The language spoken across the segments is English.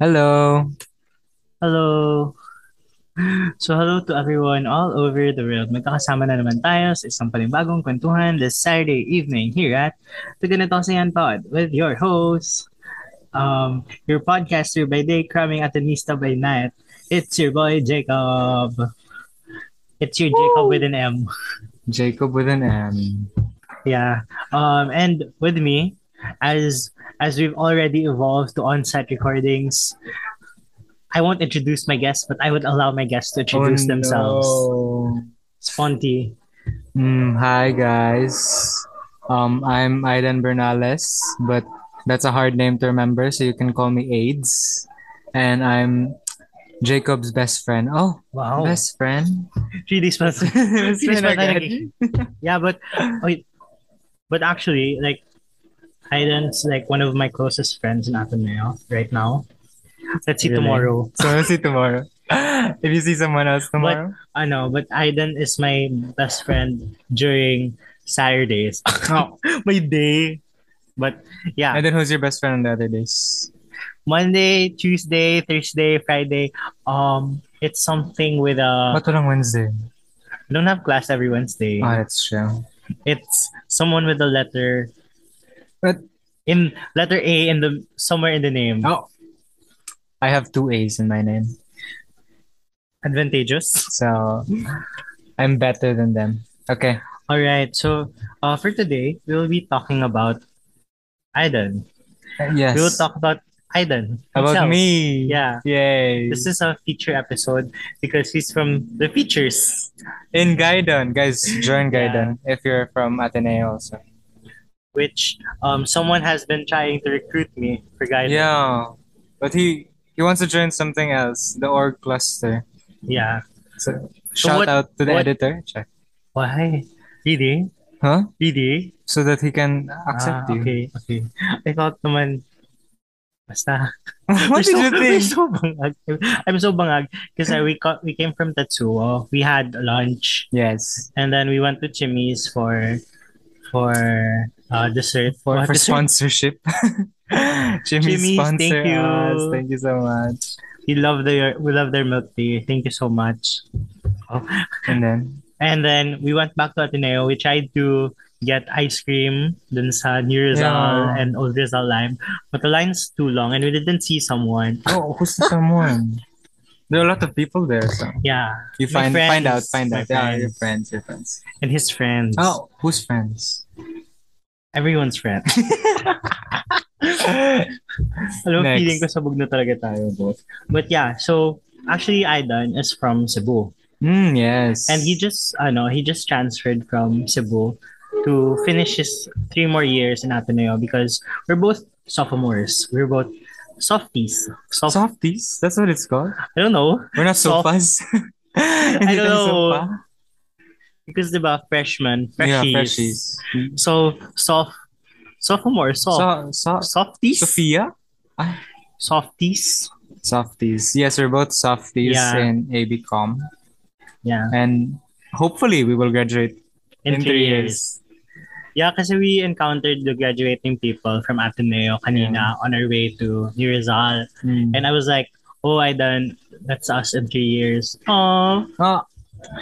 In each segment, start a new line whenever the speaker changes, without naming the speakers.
Hello.
Hello. So hello to everyone all over the world. Magkakasama na naman tayo sa isang panibagong kwentuhan this Saturday evening here at The Ganito Kasayan Pod with your host, um, your podcaster by day, cramming Atenista by night. It's your boy, Jacob. It's your Jacob with an M.
Jacob with an M.
Yeah. Um, and with me, as as we've already evolved to on-site recordings, I won't introduce my guests, but I would allow my guests to
Oh,
introduce
no.
themselves. Sponty.
Mm, hi, guys. Um, I'm Aidan Bernales, but that's a hard name to remember, so you can call me AIDS. And I'm Jacob's best friend. Oh,
Wow.
best friend?
Really specific.
Best
Really
friend
specific.
again.
Yeah, but wait, but actually, like, Aiden's like one of my closest friends in Ateneo right now. Let's see
Really?
tomorrow.
So we'll see tomorrow. if you see someone else tomorrow.
I know, but Aiden is my best friend during Saturdays.
Oh.
my day. But yeah,
And then who's your best friend on the other days?
Monday, Tuesday, Thursday, Friday. Um, it's something with a.
Ba't walang Wednesday?
I don't have class every Wednesday.
Oh, that's true.
It's someone with a letter.
But-
in letter A in the somewhere in the name.
Oh. I have two A's in my name.
Advantageous.
So I'm better than them. Okay.
All right. So, uh, for today, we'll be talking about Aiden.
Yes.
We'll talk about Aiden
about
himself.
me.
Yeah.
Yay.
This is a feature episode because he's from the features.
in Gaidon, guys, join
Yeah.
Gaidon if you're from Ateneo also.
which um someone has been trying to recruit me for guys.
Yeah. But he he wants to join something else, the org cluster.
Yeah.
So,
So
shout
what-
out to the
what-
editor. Check.
Why? Really?
Huh?
Really?
So that he can
Ah,
accept you.
okay, okay. I thought naman basta.
what
We're
did you think?
so, we're so bangag. I'm so bangag because we ca- we came from Tatsuo. We had lunch
Yes.
and then we went to Chimmy's for for uh dessert
For,
What
for
dessert?
sponsorship. Jimmy,
Jimmy's,
sponsor
thank you.
us. Thank you so much.
We love their we love their milk tea. Thank you so much.
And then
And then we went back to Ateneo. We tried to get ice cream dun sa New Rizal
Yeah.
and Old Rizal Lime. But the line's too long and we didn't see someone.
Oh, who's the someone? There are a lot of people there, so
Yeah.
you
My
find find out,
friends,
find
my
out. Yeah, your
friends.
friends, your friends.
And his friends.
Oh, who's friends?
Everyone's friend.
Hmm,
Alam, mo,
Next.
feeling ko sabog na talaga tayo both. But yeah, so actually Aidan is from Cebu.
Hmm. yes.
And he just, ano, he just transferred from Cebu to finish his three more years in Ateneo because we're both sophomores. We're both softies. Soft,
softies. That's what it's called.
I don't know.
We're not
Soft-
sofas. I
don't know. Because diba, freshman,
Yeah,
freshies.
freshies.
So, soft, sophomore, soft,
So, so,
softies,
Sophia.
softies.
Softies. Yes, we're both softies
Yeah.
in ABCom,
Yeah,
and hopefully we will graduate
in,
in
three years. Yeah, kasi we encountered the graduating people from Ateneo kanina on our way to New Rizal.
Hmm.
And I was like, oh, I done, that's us in three years. Oh,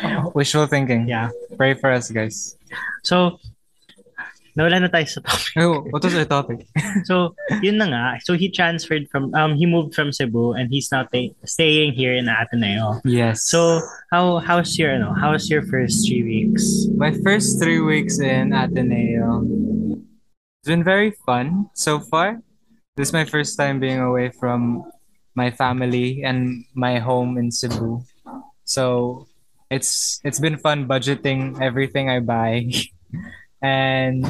Oh, wishful thinking.
yeah.
Pray for us, guys.
So, nawala na tayo sa topic.
Oh, what was our topic?
So, yun na nga. So, he transferred from, um, he moved from Cebu and he's now ta- staying here in Ateneo.
Yes.
So how how's your ano, how's your first three weeks?
my first three weeks in Ateneo, it's been very fun so far. This is my first time being away from my family and my home in Cebu. So it's it's been fun budgeting everything I buy. and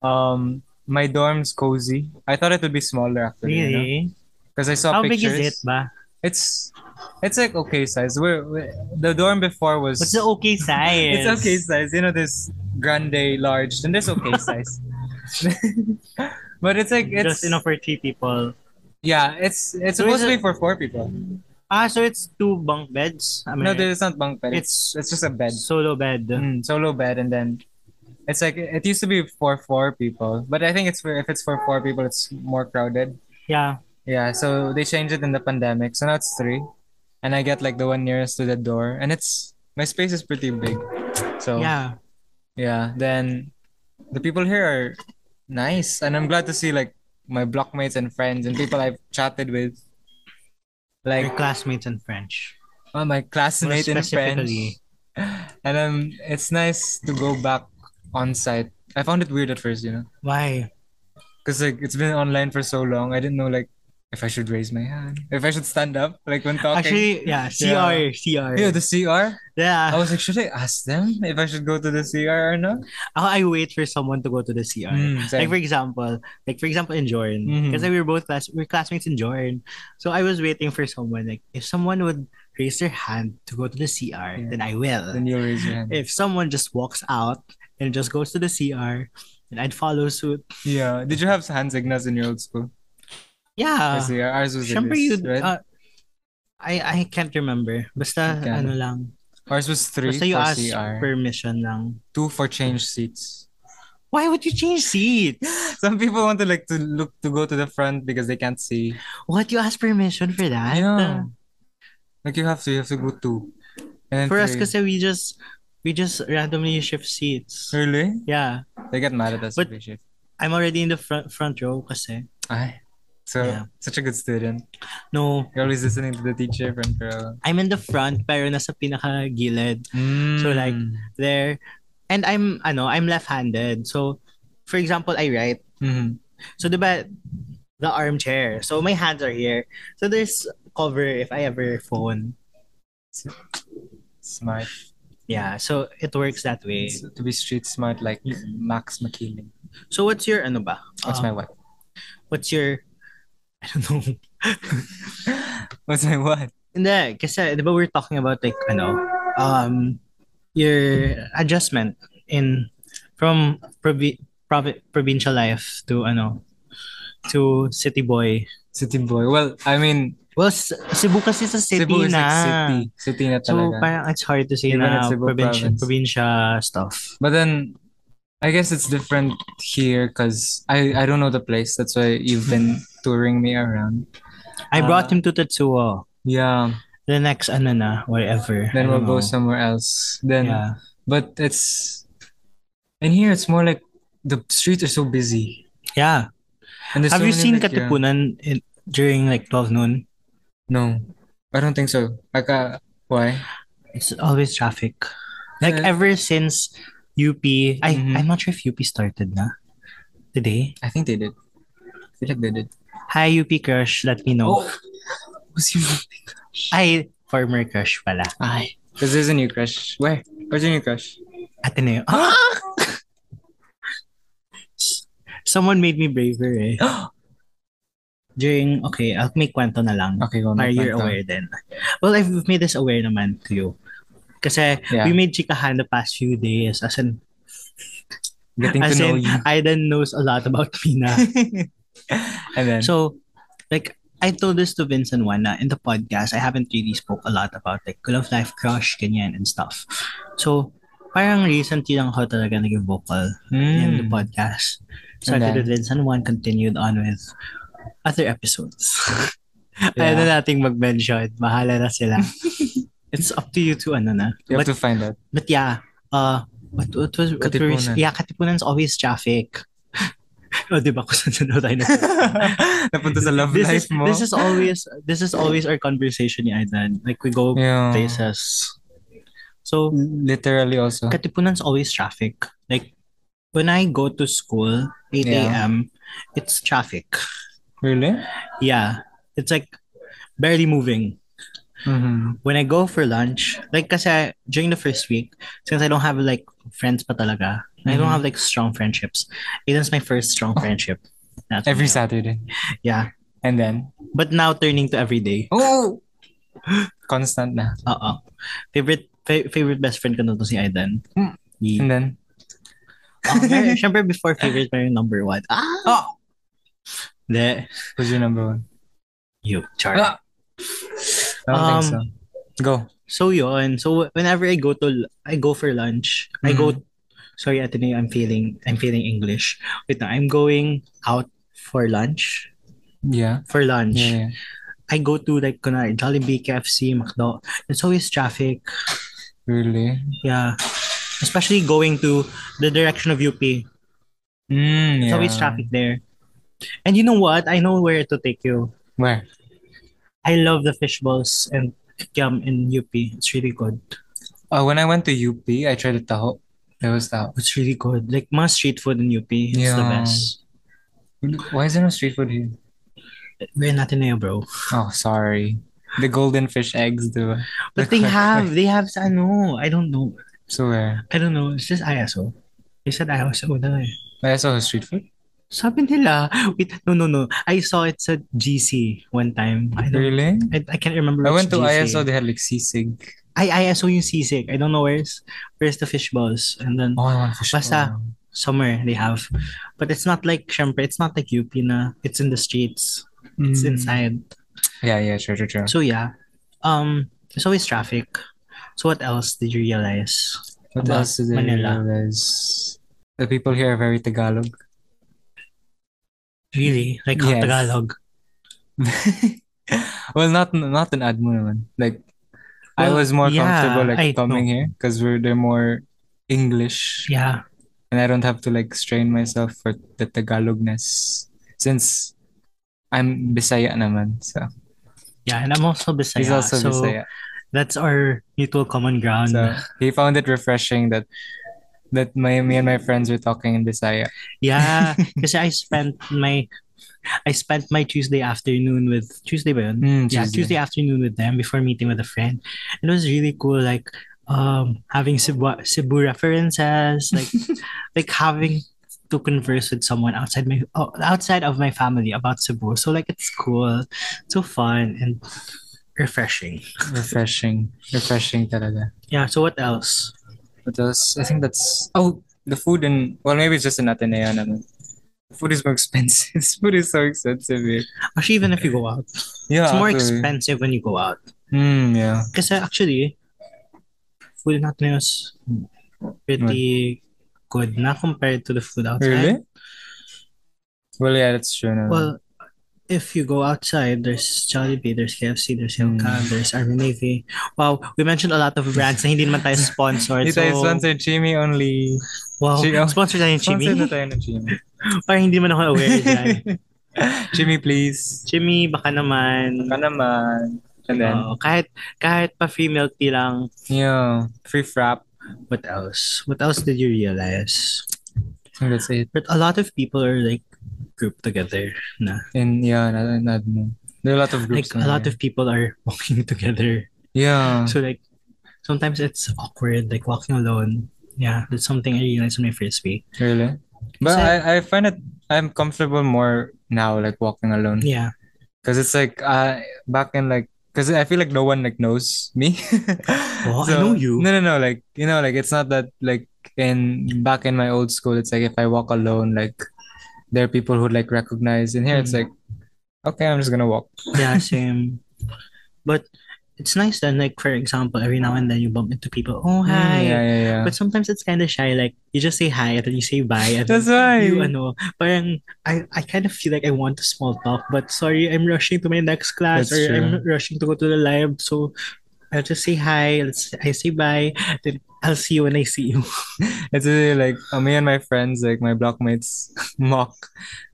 um my dorm's cozy. I thought it would be smaller actually.
Really?
Because I saw
How big
pictures.
is it ba?
It's it's like okay size. We're, we the dorm before was
What's the okay size?
it's okay size. You know, this grande, large, then there's okay size. but it's like it's
Just enough for three people.
yeah, it's it's
So is
supposed to
it-
be for four people.
Ah, so it's two bunk beds. I mean,
no, there's not bunk bed. It's it's just a bed,
solo bed.
Mm, solo bed, and then it's like it used to be for four people. But I think it's for if it's for four people, it's more crowded.
Yeah.
Yeah, so they changed it in the pandemic. So now it's three. And I get like the one nearest to the door. And it's my space is pretty big. So
Yeah.
yeah, then the people here are nice. And I'm glad to see like my blockmates and friends and people I've chatted with. Like
Your classmates in French.
oh, my
More
classmate in French.
specifically.
And um it's nice to go back on site. I found it weird at first, you know.
Why?
Because like it's been online for so long, I didn't know like if I should raise my hand, if I should stand up, like when talking.
Actually, yeah, CR, CR.
yeah, Oh. the CR. I
yeah.
was like, should I ask them if I should go to the CR or not?
Ako, I wait for someone to go to the CR.
Mm, same.
Like for example, like for example in Jordan,
Mhm.
because we were both class, we are classmates in Jordan. So I was waiting for someone. Like if someone would raise their hand to go to the CR,
Yeah.
then I will.
then you raise your hand.
if someone just walks out and just goes to the CR, then I'd follow suit.
Yeah. Did you have hand signals in your old school? Or
Yeah,
CR? Ours was like
syempre
this,
you.
right?
Uh, I I can't remember. Basta
You can.
ano lang.
Ours was three
Basta you
for
ask
CR,
permission lang.
two for change seats.
Why would you change seats?
Some people want to like to look to go to the front because they can't see.
What you ask permission for that?
yeah. Like you have to, you have to go two. And then
For us,
three.
kasi we just we just randomly shift seats.
really.
Yeah,
They get mad at us
But-
if we shift.
I'm already in the front front row kasi.
Ay. So,
Yeah.
such a good student.
No,
You're always listening to the teacher from Carol.
I'm in the front pero nasa pinaka gilid So, like, there. And I'm ano, I'm left-handed. So for example, I write.
Mhm.
So diba the armchair. So my hands are here. So there's cover if I ever phone.
smart.
Yeah, so it works that way.
It's to be street smart like Max McKeeling.
So what's your ano ba?
What's my
Um,
what?
What's your I don't know.
What's my what?
Hindi, kasi di ba we're talking about like ano, um, your adjustment in from provi- provi- provincial life to ano, to city boy.
City boy. Well, I mean,
Well, s- Cebu kasi sa city
Cebu is
na.
like city. City na
So
talaga.
parang it's hard to say
Even
na
at Cebu
provincia,
province.
provincia stuff.
But then, I guess it's different here because I, I don't know the place. That's why you've been touring me around.
I
Ah.
brought him to Tetsuo.
Yeah.
The next ano na, wherever.
Then
I
we'll go
don't know.
somewhere else. Then
Yeah.
But it's in here. It's more like the streets are so busy.
Yeah.
And there's
Have
so
you
many,
seen
like, yeah.
Katipunan in, during like 12 noon?
No, I don't think so. Like, uh, why?
It's always traffic. Like
Yeah.
ever since UP, I
Mhm.
I'm not sure if UP started na today.
I think they did. I feel like they did.
Hi UP crush, let me
Oh,
know.
was your
Ay, former crush pala.
Aye. Because there's a new crush. Where? Where's your new crush?
Ateneo. Ah! Someone made me braver eh. During, okay, I'll make kwento na lang.
okay, go on. my
Para you're
plan,
aware then. Well, I've made this aware naman to you. Kasi
Yeah.
we made chikahan the past few days. As in,
Getting to
as
know
in
you.
Aidan knows a lot about me na.
And then,
So, like, I told this to Vincent one na in the podcast, I haven't really spoke a lot about like Girl of Life Crush, ganyan and stuff. So, parang recently lang ako talaga naging vocal in the
mm,
podcast.
And
Started
then?
with Vincent one, continued on with other episodes.
Yeah.
Ayaw na nating mag-mention. Bahala na sila. It's up to you to ano na.
you have
But,
to find out.
but yeah, uh, what, what was, what were we-
Katipunan.
yeah, Katipunan's always traffic. o, di ba? Kung saan na tayo nag-
Napunta sa love
this
life
is,
mo.
This is always this is always our conversation ni Aidan. Like we go
yeah.
places. So
Literally also.
Katipunan's always traffic. Like when I go to school 8
Yeah.
a.m., it's traffic.
Really?
Yeah. It's like barely moving.
Mm-hmm.
When I go for lunch, like kasi during the first week, since I don't have like friends pa talaga, I don't
Mhm.
have like strong friendships. Aidan's my first strong friendship. That's
Oh. Every
yeah.
Saturday.
Yeah.
And then,
But now turning to every day.
Oh! Constant na.
Oo. Favorite fa- favorite best friend ko na to si Aidan.
Mm.
Yee.
And then,
Oh, mer- Siyempre before favorite pa yung number one. Ah!
Oh!
Hindi.
who's your number one?
You, Char.
Ah! I don't think so.
Um,
Go.
So yun. So whenever I go to, I go for lunch. I go,
Mm-hmm.
sorry Ateneo, I'm feeling, I'm feeling English. Wait na, I'm going out for lunch.
Yeah.
for lunch.
Yeah. yeah.
I go to like kunwari Jollibee, KFC, McDo. It's always traffic.
Really?
Yeah. Especially going to the direction of UP. It's
Mm, yeah.
always traffic there. And you know what? I know where to take you.
Where?
I love the fish balls and yum in UP. It's really good.
Oh, when I went to UP, I tried the taho. It was taho.
It's really good. Like my street food in UP. It's the
Yeah.
best.
Why is there no street food here?
We're not in bro.
Oh, sorry. The golden fish eggs, do.
But they have, they have, I know. I don't know.
So where?
I don't know. It's just ISO. They said ISO na eh.
I saw street food.
Sabi nila, wait, no, no, no. I saw it sa GC one time. I don't,
Really?
I, I can't remember
I went
which
to
GC.
ISO. They had like sisig.
Ay, ISO yung sisig. I don't know where's, where's the fish balls. And then
Oh, I want fish.
Basta.
roll.
somewhere they have. But it's not like, syempre, it's not like UP na. It's in the streets. It's
Mm.
inside.
Yeah, yeah, sure, sure, sure.
So yeah, um, there's always traffic. So what else did you realize?
What
about
else did I
uh, Manila?
realize? The people here are very Tagalog.
Really? Like how
Yes.
Tagalog?
well, not not in Admo naman. Like, I
Well,
was more
yeah,
comfortable like
I
coming here because we're they're more English,
Yeah.
and I don't have to like strain myself for the Tagalogness since I'm Bisaya naman. So
Yeah, and I'm also Bisaya.
he's also
so
Bisaya.
that's our mutual common ground.
So he found it refreshing that that my me and my friends were talking in Bisaya.
Yeah, kasi I spent my I spent my Tuesday afternoon with Tuesday ba yun?
Mm,
Yeah, Tuesday afternoon with them before meeting with a friend. It was really cool like um having Cebu, Cebu references like like having to converse with someone outside my oh, outside of my family about Cebu. So like it's cool, so fun and refreshing.
refreshing, refreshing talaga.
Yeah, so what else?
What else? I think that's oh the food in well maybe it's just in Ateneo naman. The food is more expensive. this food is so expensive here.
Actually even if you go out,
Yeah,
it's more
actually.
expensive when you go out.
Mm, yeah.
Kasi actually, food in Ateneo is pretty good na compared to the food outside.
Really? Well, yeah, that's true. naman.
Well, if you go outside, there's Jollibee, there's KFC, there's
Mm.
Hilka, there's Army Navy. Wow, we mentioned a lot of brands na hindi naman tayo sponsored.
hindi
so,
tayo sponsored Jimmy only.
Wow,
Chi- oh.
sponsor tayo ni Jimmy.
Sponsored na tayo ng Jimmy.
Parang hindi man ako aware dyan.
Jimmy, please.
Jimmy, baka naman.
Ka naman. And then,
Oo, kahit kahit pa free milk tea lang.
yeah, free frap.
What else? What else did you realize?
I think that's it.
But a lot of people are like grouped together na.
And yeah, not, not mo. There are a lot of groups.
like a
na
lot
here.
of people are walking together
Yeah.
so like sometimes it's awkward like walking alone yeah that's something i realized on my first week
Really? But
Kasi-
I, I find it I'm comfortable more now like walking alone
yeah
because it's like uh back in like because I feel like no one like knows me.
Oh, I know you.
No, no, no. Like you know, like it's not that like in back in my old school, it's like if I walk alone, like there are people who like recognize. In here, it's
Mhm.
like okay, I'm just gonna walk.
yeah same but it's nice then like for example every now and then you bump into people oh
Mm,
hi
yeah, yeah, yeah.
but sometimes it's kind of shy like you just say hi and then you say bye and
That's
then
why.
you ano parang I, I kind of feel like I want to small talk but sorry I'm rushing to my next class
That's
or
true.
I'm rushing to go to the lab so I'll just say hi let's I say bye then I'll see you when I see you
It's really like uh, me and my friends, like my blockmates, mock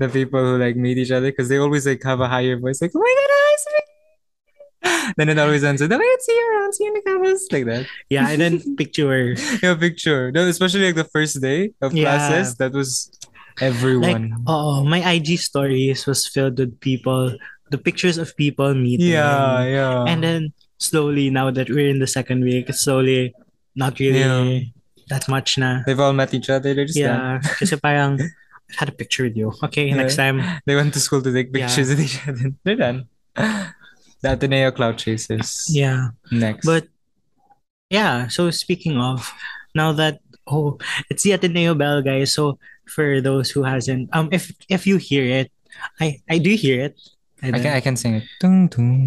the people who like meet each other because they always like have a higher voice, like "Oh my god, hi, Samantha!" Then it always ends with "Oh, it's you around, see you in the campus," like that.
yeah and then picture
Yeah, picture. No, especially like the first day of
Yeah.
classes, that was
like
everyone.
oh my IG stories was filled with people the pictures of people meeting
yeah, yeah.
and then slowly now that we're in the second week it's slowly not really
Yeah.
that much na
they've all met each other. They just yeah.
Yeah, kasi parang I had a picture with you. Okay,
Yeah.
next time.
They went to school to take
Yeah.
pictures with each other. They're done. The Ateneo Cloud Chasers.
Yeah,
Next.
but yeah. So speaking of, now that oh, it's the Ateneo bell, guys. So for those who hasn't, um, if if you hear it, I I do hear it. I
I can
don't-
I can sing it. Tung tung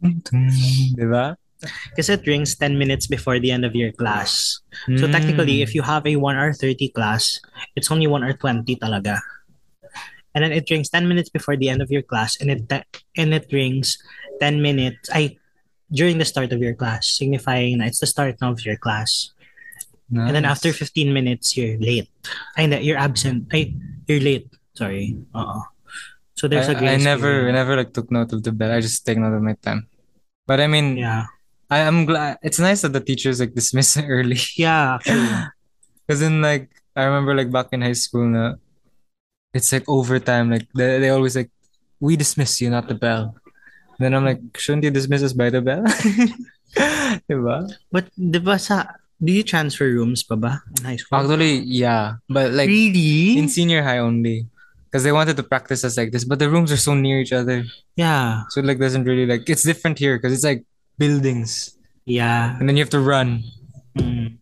tung tung. Diba?
Kasi it rings ten minutes before the end of your class.
Hmm.
So technically, if you have a one hour thirty class, it's only one hour twenty talaga. and then it rings 10 minutes before the end of your class and it and it rings 10 minutes I during the start of your class signifying na it's the start now of your class and then after 15 minutes you're late ay hindi, you're absent ay you're late sorry oo so there's
I,
a
I
grace
never, I
period.
never like took note of the bell. I just take note of my time. But I mean,
yeah
I, I'm glad. It's nice that the teachers like dismiss it early.
yeah actually.
Because then, like, I remember, like, back in high school, na, it's like overtime. Like, they, they always like, we dismiss you, not the bell. Then I'm like, shouldn't you dismiss us by the bell? diba?
but di ba sa do you transfer rooms pa ba in high school
Actually, yeah. But, like,
really
in senior high only. Because they wanted to practice us like this, but the rooms are so near each other.
yeah
So, it, like, doesn't really, like, it's different here because it's like buildings.
yeah
And then you have to run.
Mm.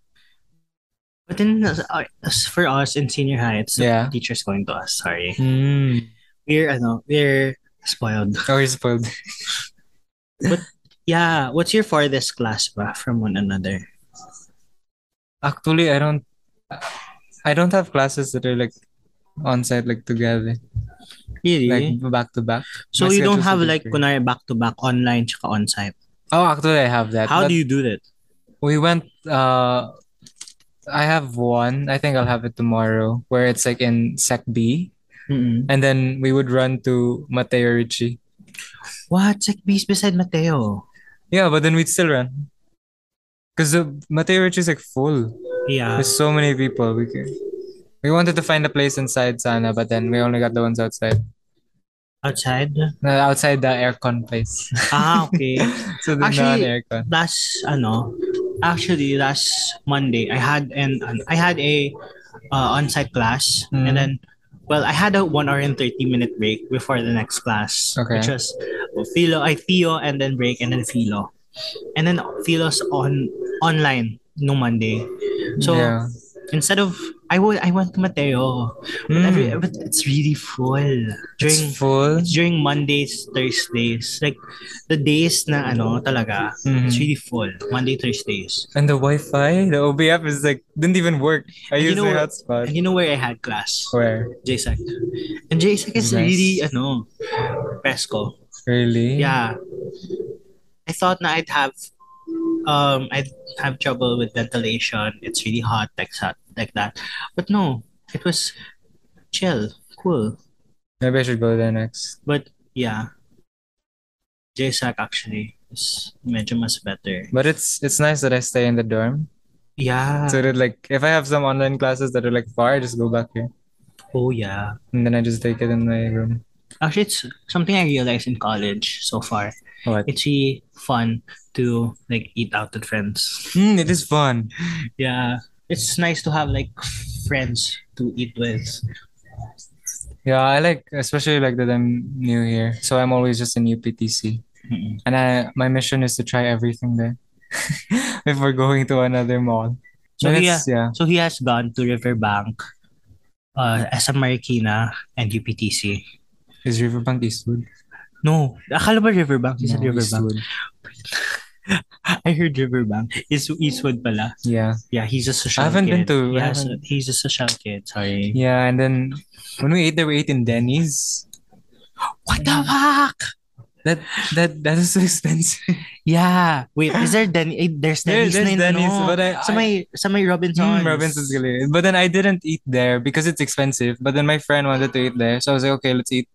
But then, uh, as for us in senior high, it's the
Yeah.
teachers going to us. Sorry. Hmm.
Mm.
We're, ano, we're spoiled.
Oh, you're spoiled.
Yeah. What's your farthest class ba from one another?
Actually, I don't. I don't have classes that are like on site like together,
Really?
like back to back.
so
my
you don't
schedule's
have
a bit
like,
free.
kunwari, back-to-back online tsaka on-site.
Oh, actually, I have that.
How
but
do you do that?
we went? Uh, I have one. I think I'll have it tomorrow, where it's like in Sec B,
Mm-mm.
and then we would run to Mateo Ricci.
What? Sec B's beside Mateo.
Yeah, but then we'd still run, cause the Mateo Ricci is like full.
Yeah.
There's so many people. We can... we wanted to find a place inside sana, but then we only got the ones outside.
Outside?
No, outside the aircon place.
ah, okay.
so the
Actually-
non-aircon.
last ano actually last Monday I had an an- I had a uh, on-site class
Mm.
and then well I had a 1 hour and 30 minute break before the next class
Okay.
which was Philo I Theo and then break and then Philo and then Philo's on online no Monday so
yeah.
instead of I would I went to Mateo but,
Mm,
every, but it's really full
it's
during
full.
it's during Mondays, Thursdays. Like, the days na ano talaga,
Mhm.
it's really full. Monday, Thursdays.
And the Wi-Fi, the OBF is like didn't even work. I
And
used
you know
the
what-
hotspot.
And you know where I had class?
Where
JSEC. And JSEC
Nice.
is
Hmm.
really, ano, Pesco.
really?
Yeah. I thought na I'd have, um, I'd have trouble with ventilation. It's really hot, like, sa- like that. But no, it was chill, cool.
Maybe I should go there next.
But, yeah. JSEC actually is medyo mas better.
But it's it's nice that I stay in the dorm.
Yeah.
So that like if I have some online classes that are like far, I just go back here
Oh yeah.
and then I just take it in my room.
Actually, it's something I realized in college so far.
What?
It's really fun to like eat out with friends.
Mm, it is fun.
Yeah, it's nice to have like friends to eat with.
Yeah, I like especially like that I'm new here, so I'm always just in UPTC.
Mm-mm.
And I, my mission is to try everything there before going to another mall.
So
But
he,
it's- yeah.
so he has gone to Riverbank, uh, SM Marikina, and UPTC.
Is Riverbank Eastwood?
No, akala ba Riverbank? He said
No,
Riverbank.
Eastwood.
I heard Riverbank. It's Eastwood pala.
Yeah.
Yeah, he's just a social
I haven't been
kid.
to- I
Yeah, so-
haven't-
he's just a social kid. Sorry.
Yeah. And then when we ate there, we ate in Denny's.
What the fuck?
That that that is so expensive.
Yeah. Wait, is there Denny? eh, there's
There-
Denny's na yun, ano?
but I,
sa may, sa may
I mm,
Robinson's.
Robinson's Gallery. But then I didn't eat there because it's expensive. But then my friend wanted to eat there, so I was like, okay, let's eat.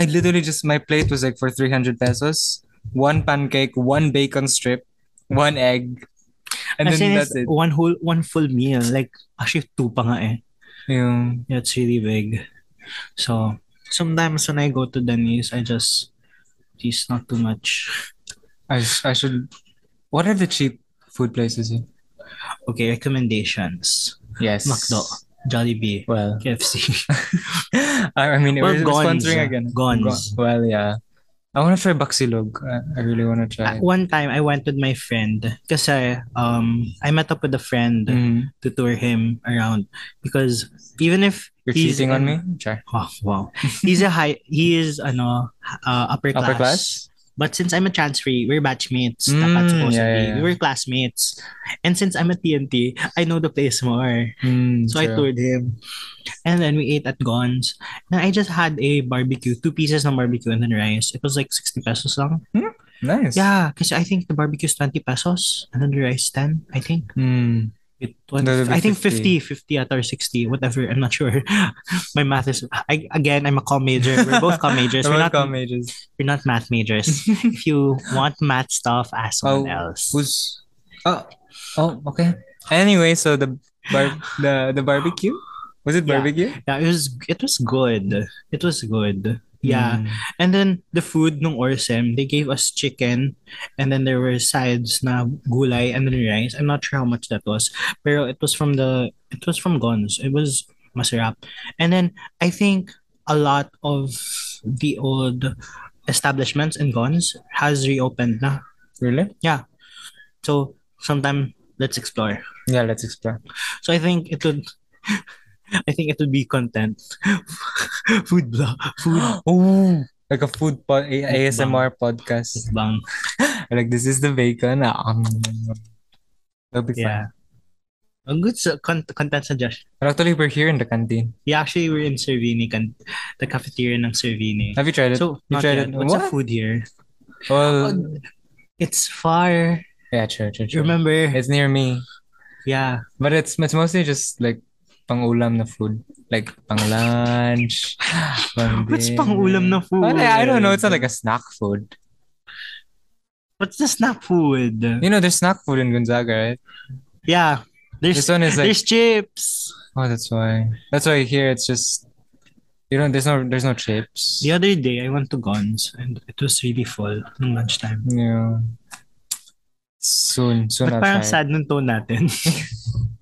I literally just my plate was like for three hundred pesos, one pancake, one bacon strip, one egg, and
As
then
in,
that's it.
it's One whole, one full meal. Like, actually, two pa nga eh.
Yung-
Yeah, it's really big. So, sometimes when I go to Denny's, I just, please, not too much.
I, sh- I should. What are the cheap food places here?
Okay, recommendations.
Yes.
McDo. Jollibee.
Well,
KFC.
I, I mean,
Well,
we're
Gon's,
sponsoring
ah.
again.
Gon's.
Go- well, yeah. I want to try Baksilog. I, I really want to try.
At
it.
Uh, One time, I went with my friend kasi um, I met up with a friend
Mhm.
to tour him around because even if
You're
he's
cheating on
in-
me? Sure.
Oh, wow. He's a high, he is, ano, uh, upper class.
Upper class?
But since I'm a transferee, we're batchmates.
Mm,
dapat supposedly.
yeah, yeah, yeah.
We were classmates. And since I'm a TNT, I know the place more.
Mm,
So I
true.
toured him. And then we ate at Gon's. And I just had a barbecue, two pieces ng barbecue and then rice. It was like 60 pesos lang.
Nice.
Yeah, kasi I think the barbecue is 20 pesos and then the rice 10, I think.
Mm.
It
That'll
was,
be
I think
50.
50, 50 at or 60, whatever. I'm not sure. My math is, I, again, I'm a com major. We're both com majors. we're,
About
not,
com majors.
we're not math majors. if you want math stuff, ask someone
Oh,
else.
Who's? Oh, oh, okay. Anyway, so the bar the the barbecue was it
Yeah.
barbecue?
Yeah, it was, it was good. It was good. Yeah.
Mm.
And then the food nung Orsem, they gave us chicken and then there were sides na gulay and then rice. I'm not sure how much that was. Pero it was from the it was from Gons. It was masarap. And then I think a lot of the old establishments in Gons has reopened
Mm.
na.
Really?
So sometime let's explore.
Yeah, let's explore.
So I think it would I think it would be content. food blog, food
Ooh, like a food pod a-
Mukbang.
ASMR podcast.
bang.
Like this is the bacon. Ah, um, that'll be fun.
Yeah. Ang good sa con- content suggestion.
But actually, we're here in the canteen.
Yeah, actually, we're in Cervini, can- the cafeteria ng Cervini.
Have you tried it?
So,
You
not
tried
yet.
it?
What's the
What?
food here?
well,
Oh, it's far.
yeah, true, true, true.
Remember?
It's near me,
Yeah.
but it's it's mostly just like pangulam na food, like pang lunch. pang
What's
dinner.
pangulam na food?
Well, I I don't know. It's not like a snack food.
What's the snack food?
You know, there's snack food in Gonzaga, right?
Yeah. There's
This one is like
there's chips.
oh, that's why. That's why here it's just you know, there's no there's no chips.
The other day, I went to Gons and it was really full nung lunchtime.
Yeah. Soon, soon
But parang
outside.
sad nung tone natin.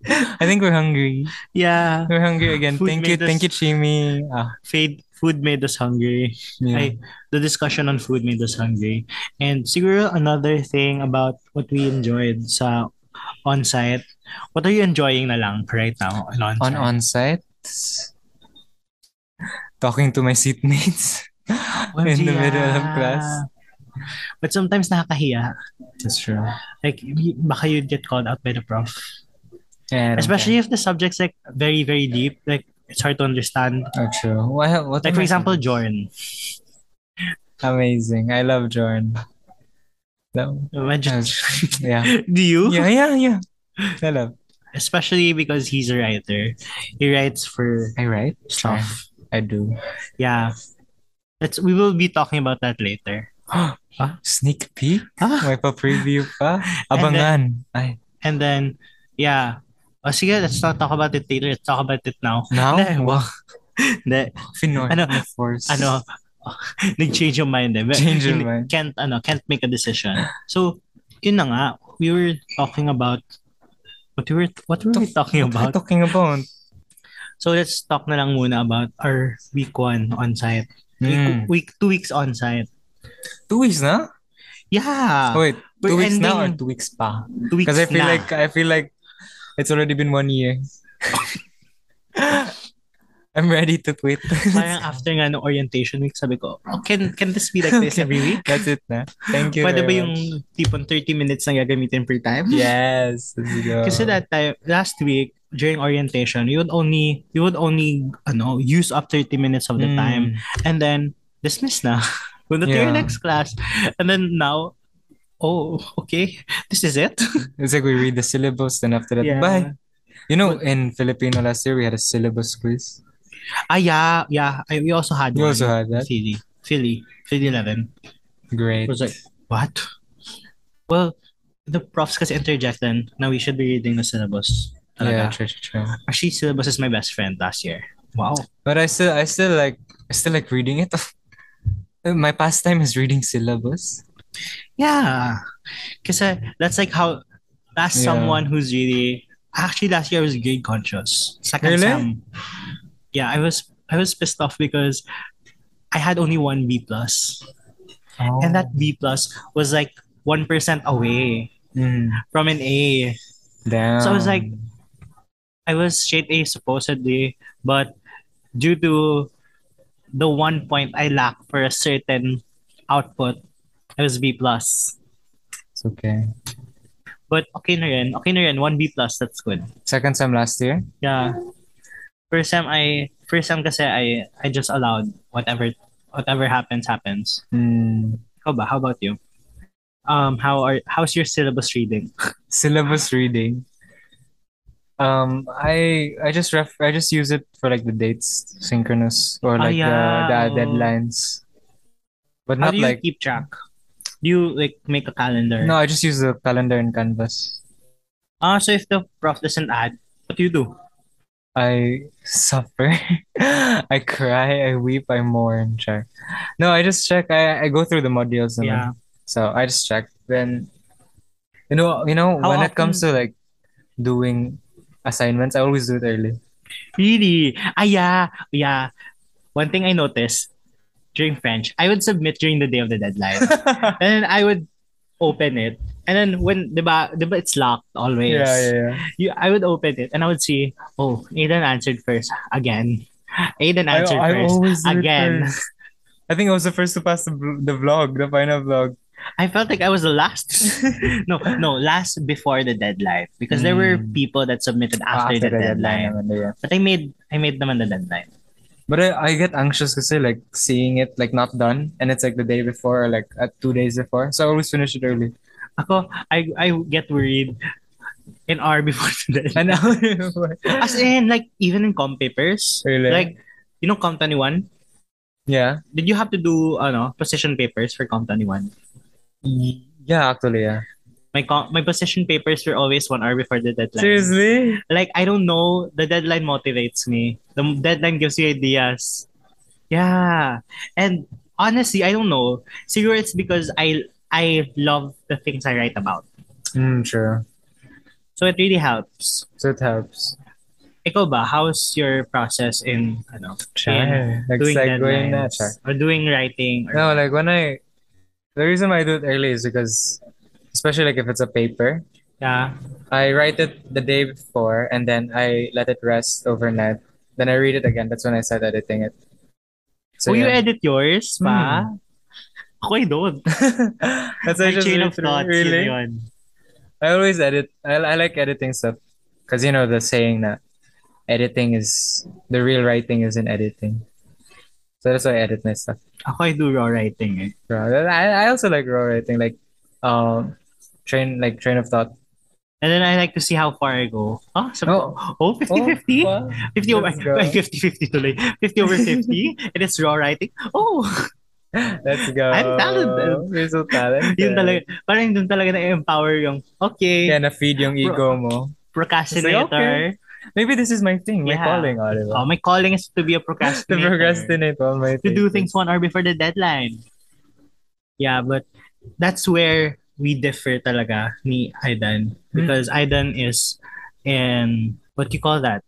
I think we're hungry.
yeah.
We're hungry again.
Food
thank you,
made us-
thank you, Chimi. Ah,
Fade, food made us hungry.
yeah.
I- the discussion on food made us hungry. And siguro another thing about what we enjoyed sa on-site, what are you enjoying na lang right now on on-site?
on on site, talking to my seatmates
OMG,
in the middle of
yeah.
class.
But sometimes nakakahiya.
That's true.
Like, y- baka you'd get called out by the prof.
Yeah, I don't
Especially if the subject's like very, very deep. Like, it's hard to understand.
care. Oh, true. What, what
Like,
am
for
I
example,
thinking?
Jorn.
Amazing. I love Jordan. No.
Medyo,
Yes. yeah.
do you?
Yeah, yeah, yeah. I love.
Especially because he's a writer. He writes for
I write.
stuff.
I do.
Yeah. That's we will be talking about that later.
Sneak peek? May pa-preview pa? Abangan. Ay,
And then yeah. O sige, let's not talk about it later. Let's talk about it now.
now?
Hindi.
Wow.
Hindi,
Finoy.
Ano-
may force.
ano, nag-change yung mind eh. But
Change your
hindi-
mind.
Can't, ano, can't make a decision. So, yun na nga. We were talking about what we were, what were we talking
What are you
about?
talking about?
So, let's talk na lang muna about our week one on-site.
Mm.
Week, week, two weeks on-site.
Two weeks na?
Yeah.
Wait, two
we're
weeks now or
Ah. ending-
two weeks pa?
Two weeks
Because I feel
na.
like I feel like it's already been one year. I'm ready to quit.
Parang after nga ng orientation week, sabi ko, oh, can, can this be like this every week?
That's it na. Thank you.
Pwede ba
very
yung
much.
tipong 30 minutes na gagamitin per time?
Yes. Let's go.
Kasi that time, last week, during orientation, you would only, you would only, ano, use up 30 minutes of the
Mm.
time and then dismiss na. Go na to your
Yeah.
next class. And then now, oh, okay, this is it?
It's like we read the syllabus, then after that, bye. You know, in Filipino last year, we had a syllabus quiz.
Ah, yeah, yeah. I, we also had
You
one.
also had that.
Philly. Philly. Philly 11.
Great.
It was like, what? Well, the profs kasi interjected na we should be reading the syllabus.
Yeah,
Talaga.
true, true, true.
Actually, syllabus is my best friend last year. Wow.
But I still, I still like, I still like reading it. My pastime is reading syllabus.
Yeah. Kasi that's like how, that's
Yeah.
someone who's really, actually last year I was grade conscious.
Really?
Second sem. Yeah, I was, I was pissed off because I had only one B plus. And that B plus was like 1% away
Mm.
from an A.
Damn.
So I was like- I was straight A supposedly, but due to the one point I lack for a certain output, It was B+. plus.
It's okay.
But okay na rin. Okay na rin. 1B+, plus, that's good.
Second sem last year?
Yeah. First time I first time kasi I I just allowed whatever whatever happens happens.
Hmm.
How ba? How about you? Um how are how's your syllabus reading?
syllabus reading. Um, I I just ref I just use it for like the dates synchronous or
Ah,
like
yeah,
the,
oo.
the deadlines, but
How
not
do you
like
keep track? Do you like make a calendar?
no. I just use the calendar and Canvas.
Ah, so if the prof doesn't add, what do you do?
I suffer. I cry. I weep. I mourn. Check. No, I just check. I I go through the modules. naman.
Yeah.
So I just check. Then, you know, you know,
How
when it comes to like doing assignments, I always do it early.
Really? Ah, yeah. Yeah. One thing I noticed during French, I would submit during the day of the deadline. and then I would open it. And then when, di ba, di ba it's locked always.
Yeah, yeah, yeah.
You, I would open it and I would see, oh, Aiden answered first again. Aiden answered
I, I
first.
always do it
again.
first. I think I was the first to pass the, bl- the vlog, the final vlog.
I felt like I was the last. no, no, last before the deadline because there were
Mm.
people that submitted
Ah,
after, the, deadline.
naman, yeah.
But I made, I made naman the deadline.
But I, I get anxious kasi like seeing it like not done and it's like the day before or like uh, two days before. So I always finish it early.
Ako, I, I get worried an hour before the
And
deadline.
now,
As in, like, even in comp papers,
Really?
like, you know, comp 21,
yeah.
did you have to do, ano, position papers for comp 21?
Yeah, actually, yeah.
My, comp, my position papers were always one hour before the deadline.
Seriously?
Like, I don't know, the deadline motivates me. The deadline gives you ideas. Yeah. And honestly, I don't know. Siguro it's because I, I love the things I write about.
Mm, sure.
So it really helps.
So it helps.
Ikaw ba, how's your process in, ano,
Yeah. Like
doing
segueing na.
deadlines
Check.
or doing writing or
No, like when I, the reason why I do it early is because, especially like if it's a paper,
yeah
I write it the day before and then I let it rest overnight. Then I read it again. That's when I start editing it. So
will you
yeah.
edit yours pa ako I don't
That's why I
My
just
chain
read
of
through-
thoughts yun
really.
yun.
I always edit. I, I like editing stuff because you know the saying that editing is the real writing is in editing. So that's why I edit my stuff.
ako I do raw writing eh
Raw. I, I also like raw writing, like um, train like train of thought.
and then I like to see how far I go oh, so,
Oh.
oh 50-50
wow.
50 over
let's go.
50-50 tuloy 50 over 50 and it's raw writing oh
Let's go.
I'm talented.
You're so talented.
yun talaga parang dun talaga na-empower yung okay
Kaya na-feed yung ego mo.
procrastinator
Maybe this is my thing, my
Yeah.
calling. Oh, diba?
oh, my calling is to be a
to
procrastinator
procrastinate on my
to do things one hour before the deadline. Yeah, but that's where we differ talaga
Mm.
ni Aidan because Aidan is in what do you call that?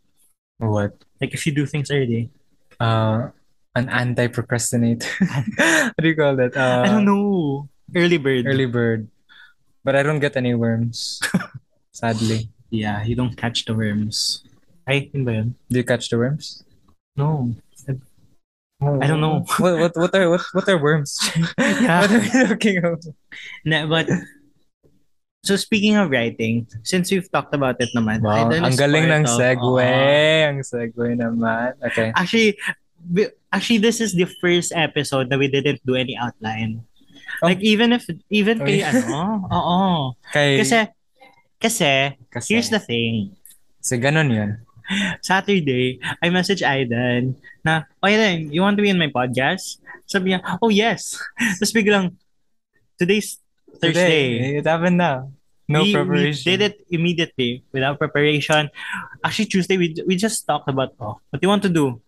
What?
Like if you do things early.
Uh, an anti-procrastinator. what do you call that? Uh,
I don't know. Early bird.
Early bird. But I don't get any worms. Sadly.
Yeah, you don't catch the worms. Ay, yun ba yun?
Do you catch the worms?
No. I don't know.
What what what are what, what are worms?
Yeah.
what are we talking about?
Na, but so speaking of writing, since we've talked about it naman,
Wow,
Aidan
ang
is
galing
part
ng
of-
segue.
Oo.
ang segue naman. Okay.
Actually, we- actually this is the first episode that we didn't do any outline.
Oh.
Like even if even kay
Okay.
ano, oo.
Kay,
Kasi kasi
kasi-
here's the thing.
Kasi ganun yun.
Saturday, I message Aidan na, "Oh, Aidan, you want to be in my podcast?" Sabi niya, "Oh, yes." Tapos biglang today's Thursday.
Today, it happened now. No
we,
preparation.
We did it immediately without preparation. Actually, Tuesday we we just talked about, "Oh, what do you want to do?"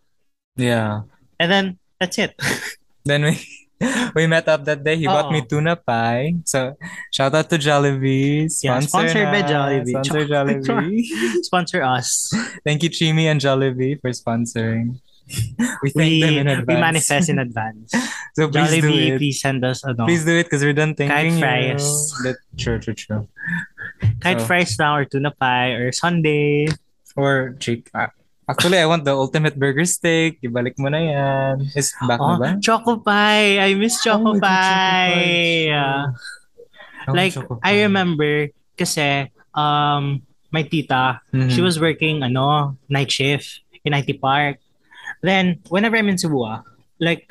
Yeah.
And then that's it.
Then we we met up that day. He bought
Oo.
me tuna pie. So shout out to Jollibee.
Yeah,
Sponsor
sponsored by
na.
Jollibee.
Sponsor Jollibee.
Sponsor us.
Thank you, Chimi and Jollibee, for sponsoring. We thank
we,
them in advance.
we manifest in advance.
So please do
Jollibee,
it. Please,
please send us ano.
do it because we're done thanking you.
fries.
That, true, true, true.
Kahit
so-
fries lang or tuna pie or sundae.
Or cheap. Uh, Actually, I want the ultimate burger steak. Ibalik mo na yan. Is back na
Oh,
ba?
Choco Pie! I miss
Oh my God, Choco
Choco Pie!
Pies.
Yeah.
Oh,
like,
choco
I
pie.
remember kasi um, my tita,
Mhm.
she was working ano night shift in IT Park. Then, whenever I'm in Cebu, ah, like,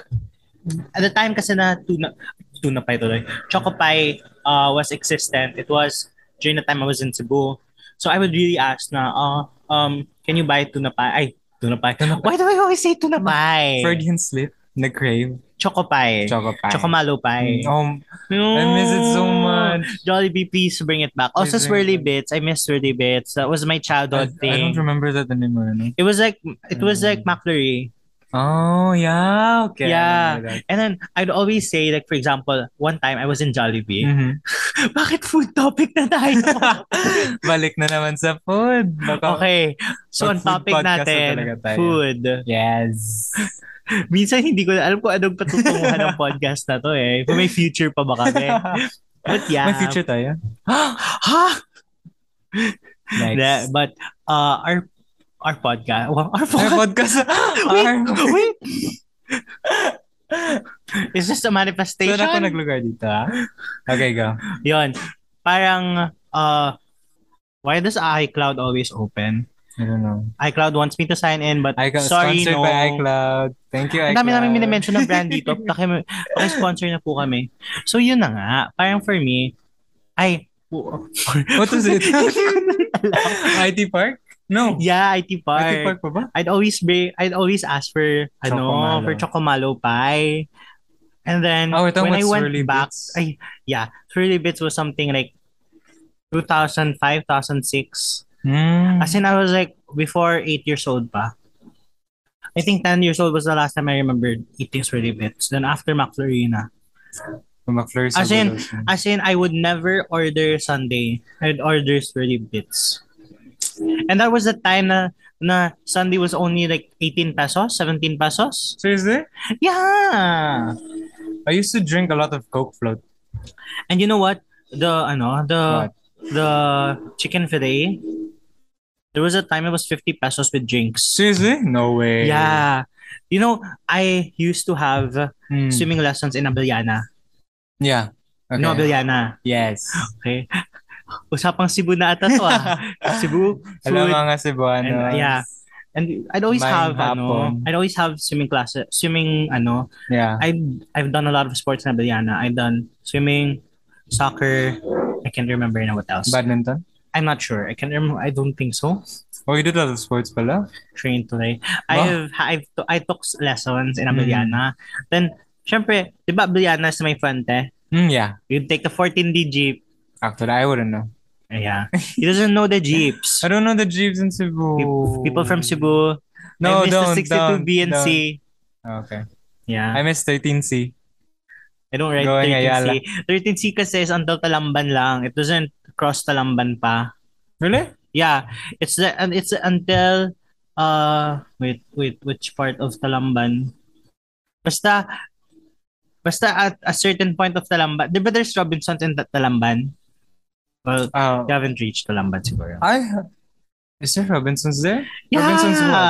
at the time kasi na tuna, tuna pie tuloy, Choco Pie uh, was existent. It was during the time I was in Cebu. So I would really ask na, uh, um, can you buy tuna pie? Ay, tuna pie.
Tuna pie.
Why do I always say tuna pie?
Freudian slip. Nag-crave.
Choco pie.
Choco pie.
Chocomalo pie. Mm.
Oh, I miss it so much.
Jollibee, please bring it back. Also,
Please bring
Swirly
it
Bits. I miss Swirly Bits. That was
I,
my
I
childhood thing.
don't remember that anymore. No?
it was like it was like
Mm.
McFlurry.
Oh, yeah. Okay. I
Yeah.
remember that.
And then I'd always say, like for example, one time I was in Jollibee.
Mhm.
Bakit food topic na tayo?
Balik na naman sa food. Baka-
okay.
Pag
So ang
food
topic
podcast na talaga
natin,
tayo.
food.
Yes.
Minsan hindi ko na alam kung anong patutunguhan ng podcast na to eh. Kung may future pa ba kami. But yeah.
May future tayo.
ha?
Next.
But uh, our our podcast, well, our
Our
podcast,
podcast. Our-
wait, wait. It's just a manifestation.
Saan ako naglugar dito, ah? Okay, go.
Yun. Parang, uh, why does iCloud always open?
I don't know.
iCloud wants me to sign in, but
iCloud,
sorry,
sponsored
no.
by iCloud. Thank you, iCloud.
Ang dami namin minimension ng brand dito. Paki, paki-sponsor na po kami. So, yun na nga. Parang for me, ay,
What was it? IT Park? No.
yeah, IT
IT
Park.
Park pa ba?
I'd always be I'd always ask for ano
Chocomalo.
for chocomalo pie. And then
Oh, we're talking
Mm, when I
about
went
Swirly
back,
Bits.
ay yeah, Swirly Bits was something like 2005, 2006.
Mm.
As in I was like before 8 years old pa. I think 10 years old was the last time I remembered eating Swirly Bits. Then after McFlurry na.
McFlurry
As in-
Sabuloso.
As in I would never order Sunday. I'd order Swirly Bits. And that was the time na na Sunday was only like 18 pesos, 17 pesos.
Seriously?
Yeah.
I used to drink a lot of Coke float.
And you know what? The ano, the
What?
the chicken fillet. There was a time it was 50 pesos with drinks.
Seriously? No way.
Yeah. You know, I used to have
Mm.
swimming lessons in Abiliana.
Yeah. Okay.
No, Abiliana.
Yes.
Okay. Usapang Cebu na ata to ah. Cebu,
Hello
food.
mga Cebuanos.
And, uh, yeah. And I'd always
May
have ano,
hapon.
I'd always have swimming classes, swimming ano.
Yeah.
I've I've done a lot of sports in Abiliana. I've done swimming, soccer. I can't remember now what else.
Badminton?
I'm not sure. I can remember. I don't think so.
Oh, you did a lot of sports pala?
Train today.
Wow.
I've, I've to- I took lessons in
Mm.
Abiliana. Then, syempre, di ba Abiliana is my eh? Fuente?
Mm, yeah.
You take the 14D Jeep.
Actually, I wouldn't know.
Yeah. He doesn't know the Jeeps.
I don't know the Jeeps in
Pe-
Cebu.
People from Cebu.
No,
I miss
don't,
the 62
don't,
B and
don't.
C.
Okay.
Yeah.
I miss 13C.
I don't write
Going
13C.
Ayala.
13C kasi is until Talamban lang. It doesn't cross Talamban pa.
Really?
Yeah. It's the, and it's until uh wait, wait, which part of Talamban? Basta basta at a certain point of Talamban. Di ba there's Robinsons in Ta- Talamban? Well,
Oh.
you haven't reached Talamban siguro.
I is there Robinson's there?
Yeah.
Robinsons what?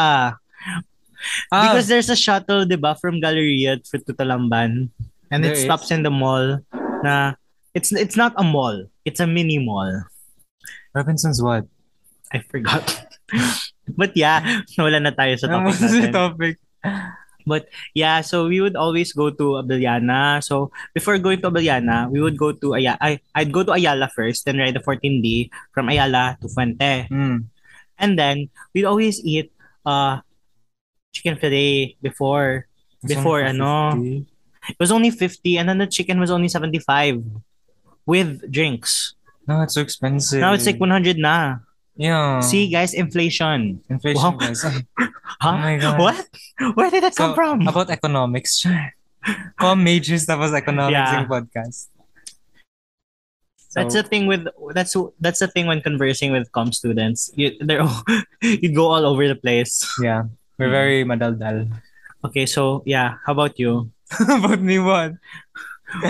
Ah,
Because there's a shuttle, di ba, from Galleria to to Talamban. And it
There is.
stops in the mall na it's it's not a mall. It's a mini mall.
Robinson's what?
I forgot. But yeah, nawala na tayo sa
Ano
topic
was the
natin.
topic?
Yeah, so we would always go to Abiliana. So before going to Abiliana, we would go to Ayala. I, I'd go to Ayala first, then ride the 14D from Ayala to Fuente.
Mm.
And then we'd always eat uh chicken fillet before. Before, ano? It was only 50 and then the chicken was only 75 with drinks.
No, it's so expensive.
Now it's like 100 na.
Yeah.
See guys, inflation.
Inflation
Wow.
guys. Oh
Huh?
my god.
What? Where did that come
So, uh,
from?
About economics. sure. Com majors tapos economics
Yeah.
yung podcast. So,
that's the thing with that's that's the thing when conversing with com students. You they're all- you go all over the place.
Yeah. We're
Mm.
very madaldal.
Okay, so yeah, how about you?
about me what?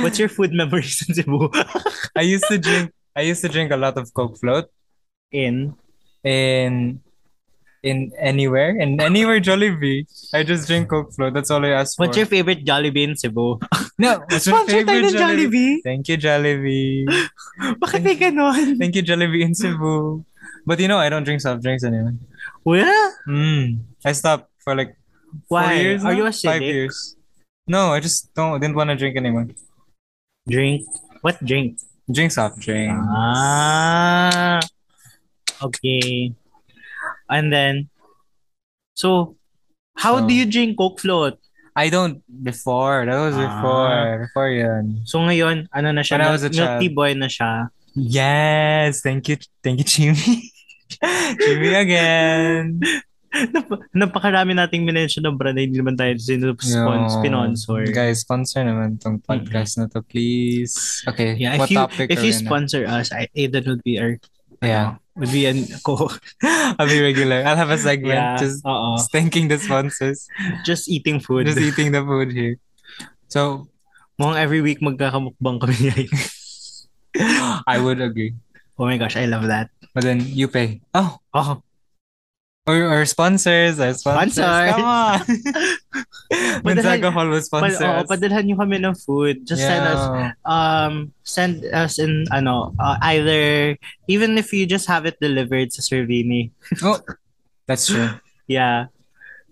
What's your food memories in Cebu?
I used to drink I used to drink a lot of Coke float
in
and in anywhere and anywhere Jollibee. I just drink Coke Float. That's all I ask for.
What's your favorite Jollibee in Cebu?
no? What's your
Sponsor tayo
favorite
ng Jollibee?
Thank you, Jollibee.
Bakit may ganon?
Thank you, Jollibee in Cebu. But you know, I don't drink soft drinks anymore.
Well,
Mm. I stopped for like four
why?
years.
Are
now?
you
Five
acidic?
years. No, I just don't didn't want to drink anymore.
Drink. What drink?
Drink soft drink.
Ah. Okay. And then, so, how
So-
do you drink Coke float?
I don't before. That
Ah.
was before. Before yun.
So ngayon, ano na siya?
When I was a
milk milk
child.
tea boy na siya.
Yes. Thank you. Thank you, Jimmy. Jimmy again.
Nap- napakarami nating minention ng brand na hindi naman tayo sinuspons,
No.
pinonsor.
Guys, sponsor naman tong podcast na to, please. Okay,
Yeah,
what
if you,
topic
if
are
you
we na?
sponsor us, I, eh, that would be our,
Yeah,
ano, would be an, ko,
I'll be regular. I'll have a segment
yeah,
just,
oo.
just thanking the sponsors.
Just eating food.
just eating the food here. So,
Mukhang every week magkakamukbang kami ngayon.
I would agree.
Oh my gosh, I love that.
But then you pay. Oh,
Oh,
or, or sponsors, or sponsors.
Sponsors.
Come on. Gonzaga Hall was
pa,
sponsors.
oh, padalhan nyo kami ng food. Just send us, um, send us in, ano, uh, either, even if you just have it delivered sa Servini.
That's true.
Yeah.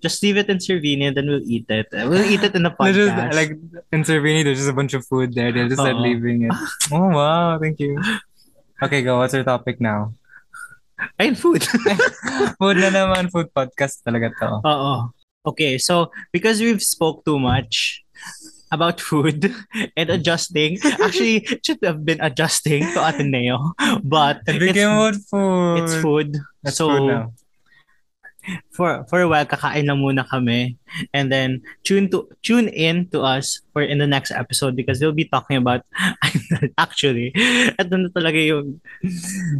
Just leave it in Servini and then we'll eat it. We'll eat it in the
They're just,
podcast.
like in Cervini, there's just a bunch of food there. They're just like
Oo.
leaving it. Oh wow, thank you. Okay, go. What's your topic now?
Ayun, food.
food na naman, food podcast talaga to.
Oo. Okay, so because we've spoke too much about food and adjusting, actually, it should have been adjusting to Ateneo, but
It became about
it's,
food.
it's food.
That's
so,
food now.
for for a while, kakain lang muna kami. And then, tune to tune in to us for in the next episode because we'll be talking about, actually, ito na talaga yung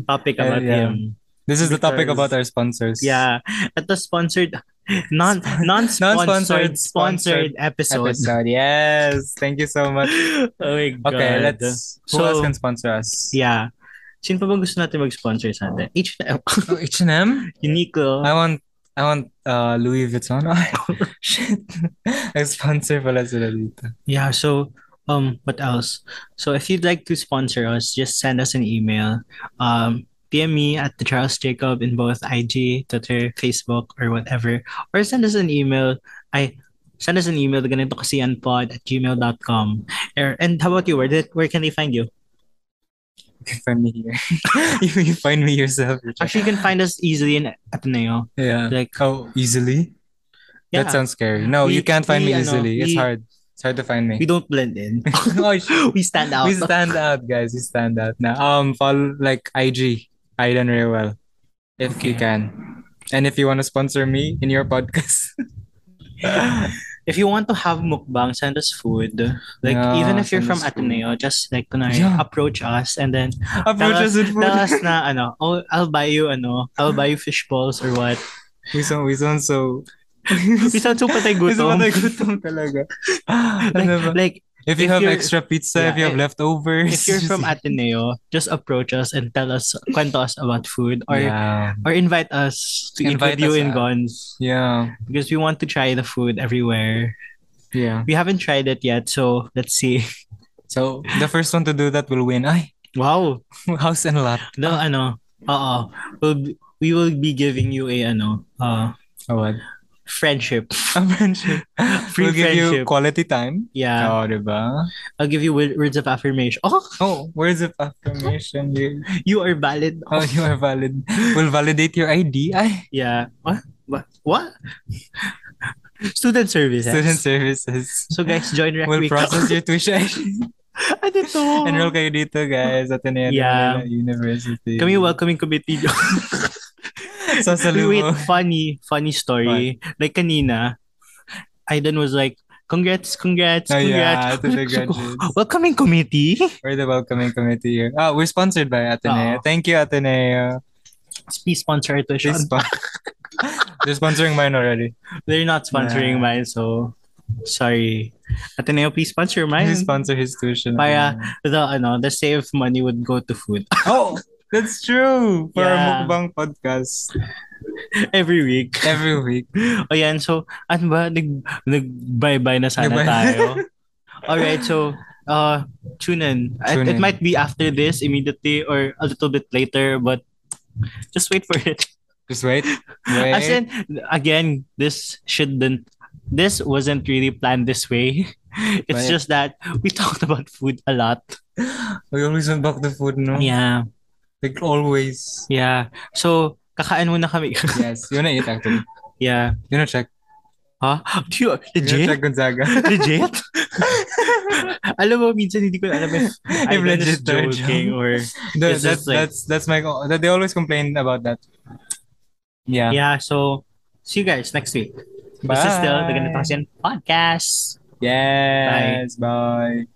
topic
Yeah,
about
yeah.
him.
This is the topic
because-
about our sponsors.
Yeah, ito sponsored, non, non-sponsored,
Non-sponsored,
sponsored episode.
Episode. Yes. Thank you so much.
oh my God.
Okay, let's. Who
So-
else can sponsor us?
Yeah. Sino pa bang gusto natin mag-sponsor sa atin? oh. H&M.
Oh, H&M.
Uniqlo.
I want. I want uh, Louis Vuitton. Ay, shit. Nag-sponsor pala sila dito.
Yeah, so um what else? So if you'd like to sponsor us, just send us an email. Um DM me at the Charles Jacob in both IG, Twitter, Facebook, or whatever. Or send us an email. I send us an email to ganito kasi yan pod at gmail.com. Er, And how about you? Where did, where can they find you?
You can find me here. you, you find me yourself.
Actually, you can find us easily in Ateneo.
Yeah.
Like,
Oh, easily?
yeah,
That sounds scary. No,
We-
you can't find
we,
me
ano,
easily. it's
we-
hard. It's hard to find me.
we don't blend in.
oh, shit.
we stand out.
We stand out, guys. We stand out now. Um, follow like IG, Aidan Rewell, if you
Okay.
can, and if you want to sponsor me in your podcast,
if you want to have mukbang, send us food. Like
Yeah,
even if you're
send
from
us food.
Ateneo, just like kunwari,
Yeah.
approach us and then
approach us with
tell
food.
us na ano, oh, I'll buy you ano, I'll buy you fish balls or what.
We sound, we sound so.
We sound so patay
We sound
gutom.
like gutom talaga. Ano ba?
like, like
if you
if
have
you're-
extra pizza, if
yeah,
you have
if-
leftovers,
if you're from
just-
Ateneo, just approach us and tell us, kwento us about food or
yeah,
or invite us to
Invite
eat with you
us
in
out.
Gons
yeah,
because we want to try the food everywhere.
yeah.
We haven't tried it yet, so let's see.
So the first one to do that will win. Ay,
Wow,
house and lot.
the ano, oo, we'll, be- we will be giving you a ano, uh,
Oh, what?
friendship.
A friendship.
Free
we'll give you
friendship.
quality time.
Yeah.
oh, diba?
I'll give you wo- words of affirmation. Oh,
Oh, words of affirmation. You,
you are valid.
oh, you are valid. Will validate your ID. Ay,
Yeah. What? What? what? Student services.
student services.
So guys, join Rec
Will
Week.
process your tuition.
ano to?
Enroll kayo dito, guys. At Ateneo
Yeah.
Manila University.
Kami welcoming committee.
Sasalubong.
Wait, funny, funny story. Like kanina, Aidan was like, congrats, congrats,
Oh, yeah,
congrats.
to the graduates.
Welcoming committee?
We're the welcoming committee here. Ah, we're sponsored by Ateneo.
Oo.
Thank you, Ateneo.
Please sponsor our tuition.
Please spon- They're sponsoring mine already.
They're not sponsoring
Nah.
mine, so sorry. Ateneo, please sponsor mine.
Please sponsor his tuition.
Para- the ano, the saved money would go to food.
Oh, that's true. For our
Yeah.
mukbang podcast.
Every week.
Every week.
O yan, so, ano ba? Nag, nag-bye-bye na sana
Nag-bye.
tayo. Alright, so, uh, tune in. It-
Tune
It,
in.
might be after this, immediately, or a little bit later, but just wait for it.
Just wait. Wait.
As in, again, this shouldn't, this wasn't really planned this way. It's
Right.
just that we talked about food a lot.
we always went back to food, no?
Yeah,
Like always.
yeah. So, kakaan muna kami.
Yes. You wanna eat actually.
yeah.
You wanna check.
Huh? Do
You
you,
wanna
legit?
check Gonzaga.
Legit? alam mo, minsan hindi ko alam if
If
Ivan is
legit they're
joking
drunk.
or...
No,
It's
that's
just like-
that's that's my that they always complain about that. Yeah.
Yeah, so see you guys next week. This is still the Ganito Kasi Yan podcast.
Yes. Bye.